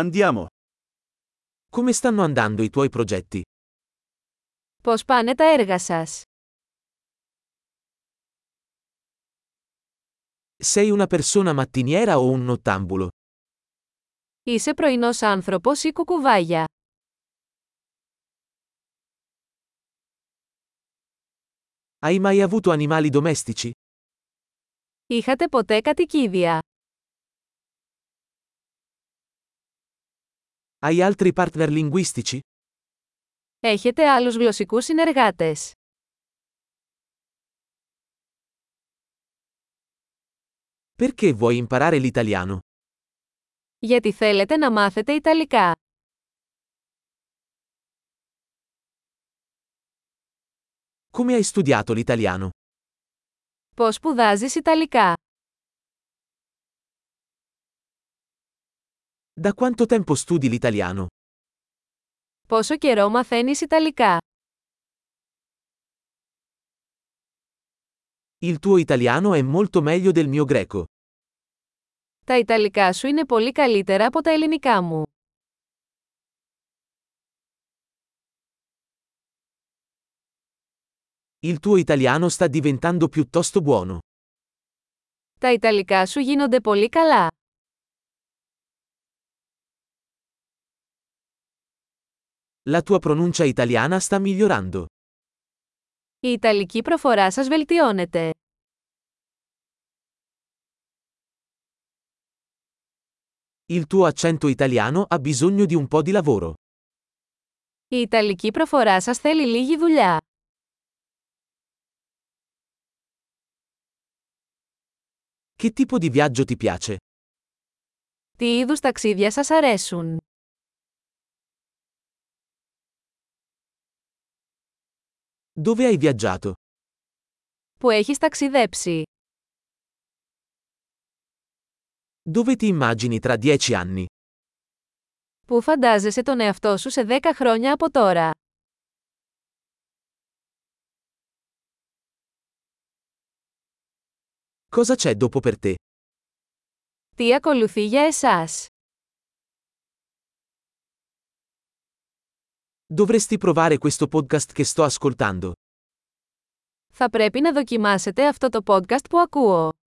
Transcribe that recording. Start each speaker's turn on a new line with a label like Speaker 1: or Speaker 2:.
Speaker 1: Andiamo.
Speaker 2: Come stanno andando i tuoi progetti?
Speaker 3: Πώς πάνε τα έργα σας.
Speaker 2: Sei una persona mattiniera o un nottambulo?
Speaker 3: Είσαι πρωινός άνθρωπος ή κουκουβάγια.
Speaker 2: Hai mai avuto animali domestici?
Speaker 3: Είχατε ποτέ κατοικίδια.
Speaker 2: Hai altri partner linguistici?
Speaker 3: Έχετε άλλους γλωσσικούς συνεργάτες.
Speaker 2: Perché vuoi imparare l'italiano?
Speaker 3: Γιατί θέλετε να μάθετε Ιταλικά.
Speaker 2: Come hai studiato l'italiano?
Speaker 3: Πώς σπουδάζεις Ιταλικά.
Speaker 2: Da quanto tempo studi l'italiano?
Speaker 3: Πόσο καιρό μαθαίνεις Ιταλικά.
Speaker 2: Il tuo italiano è molto meglio del mio greco.
Speaker 3: Τα Ιταλικά σου είναι πολύ καλύτερα από τα ελληνικά μου.
Speaker 2: Il tuo italiano sta diventando piuttosto buono.
Speaker 3: Τα Ιταλικά σου γίνονται πολύ καλά.
Speaker 2: La tua pronuncia italiana sta migliorando.
Speaker 3: Η Ιταλική προφορά σας βελτιώνεται.
Speaker 2: Il tuo accento italiano ha bisogno di un po' di lavoro.
Speaker 3: Η Ιταλική προφορά σας θέλει λίγη δουλειά.
Speaker 2: Che tipo di viaggio ti piace?
Speaker 3: Τι είδους ταξίδια σας αρέσουν.
Speaker 2: Dove hai viaggiato?
Speaker 3: Που έχεις ταξιδέψει.
Speaker 2: Dove ti immagini tra dieci anni?
Speaker 3: Πού φαντάζεσαι τον εαυτό σου σε 10 χρόνια από τώρα.
Speaker 2: Cosa c'è dopo per te?
Speaker 3: Τι ακολουθεί για εσάς.
Speaker 2: Dovresti provare questo podcast che sto ascoltando.
Speaker 3: Θα πρέπει να δοκιμάσετε αυτό το podcast που ακούω.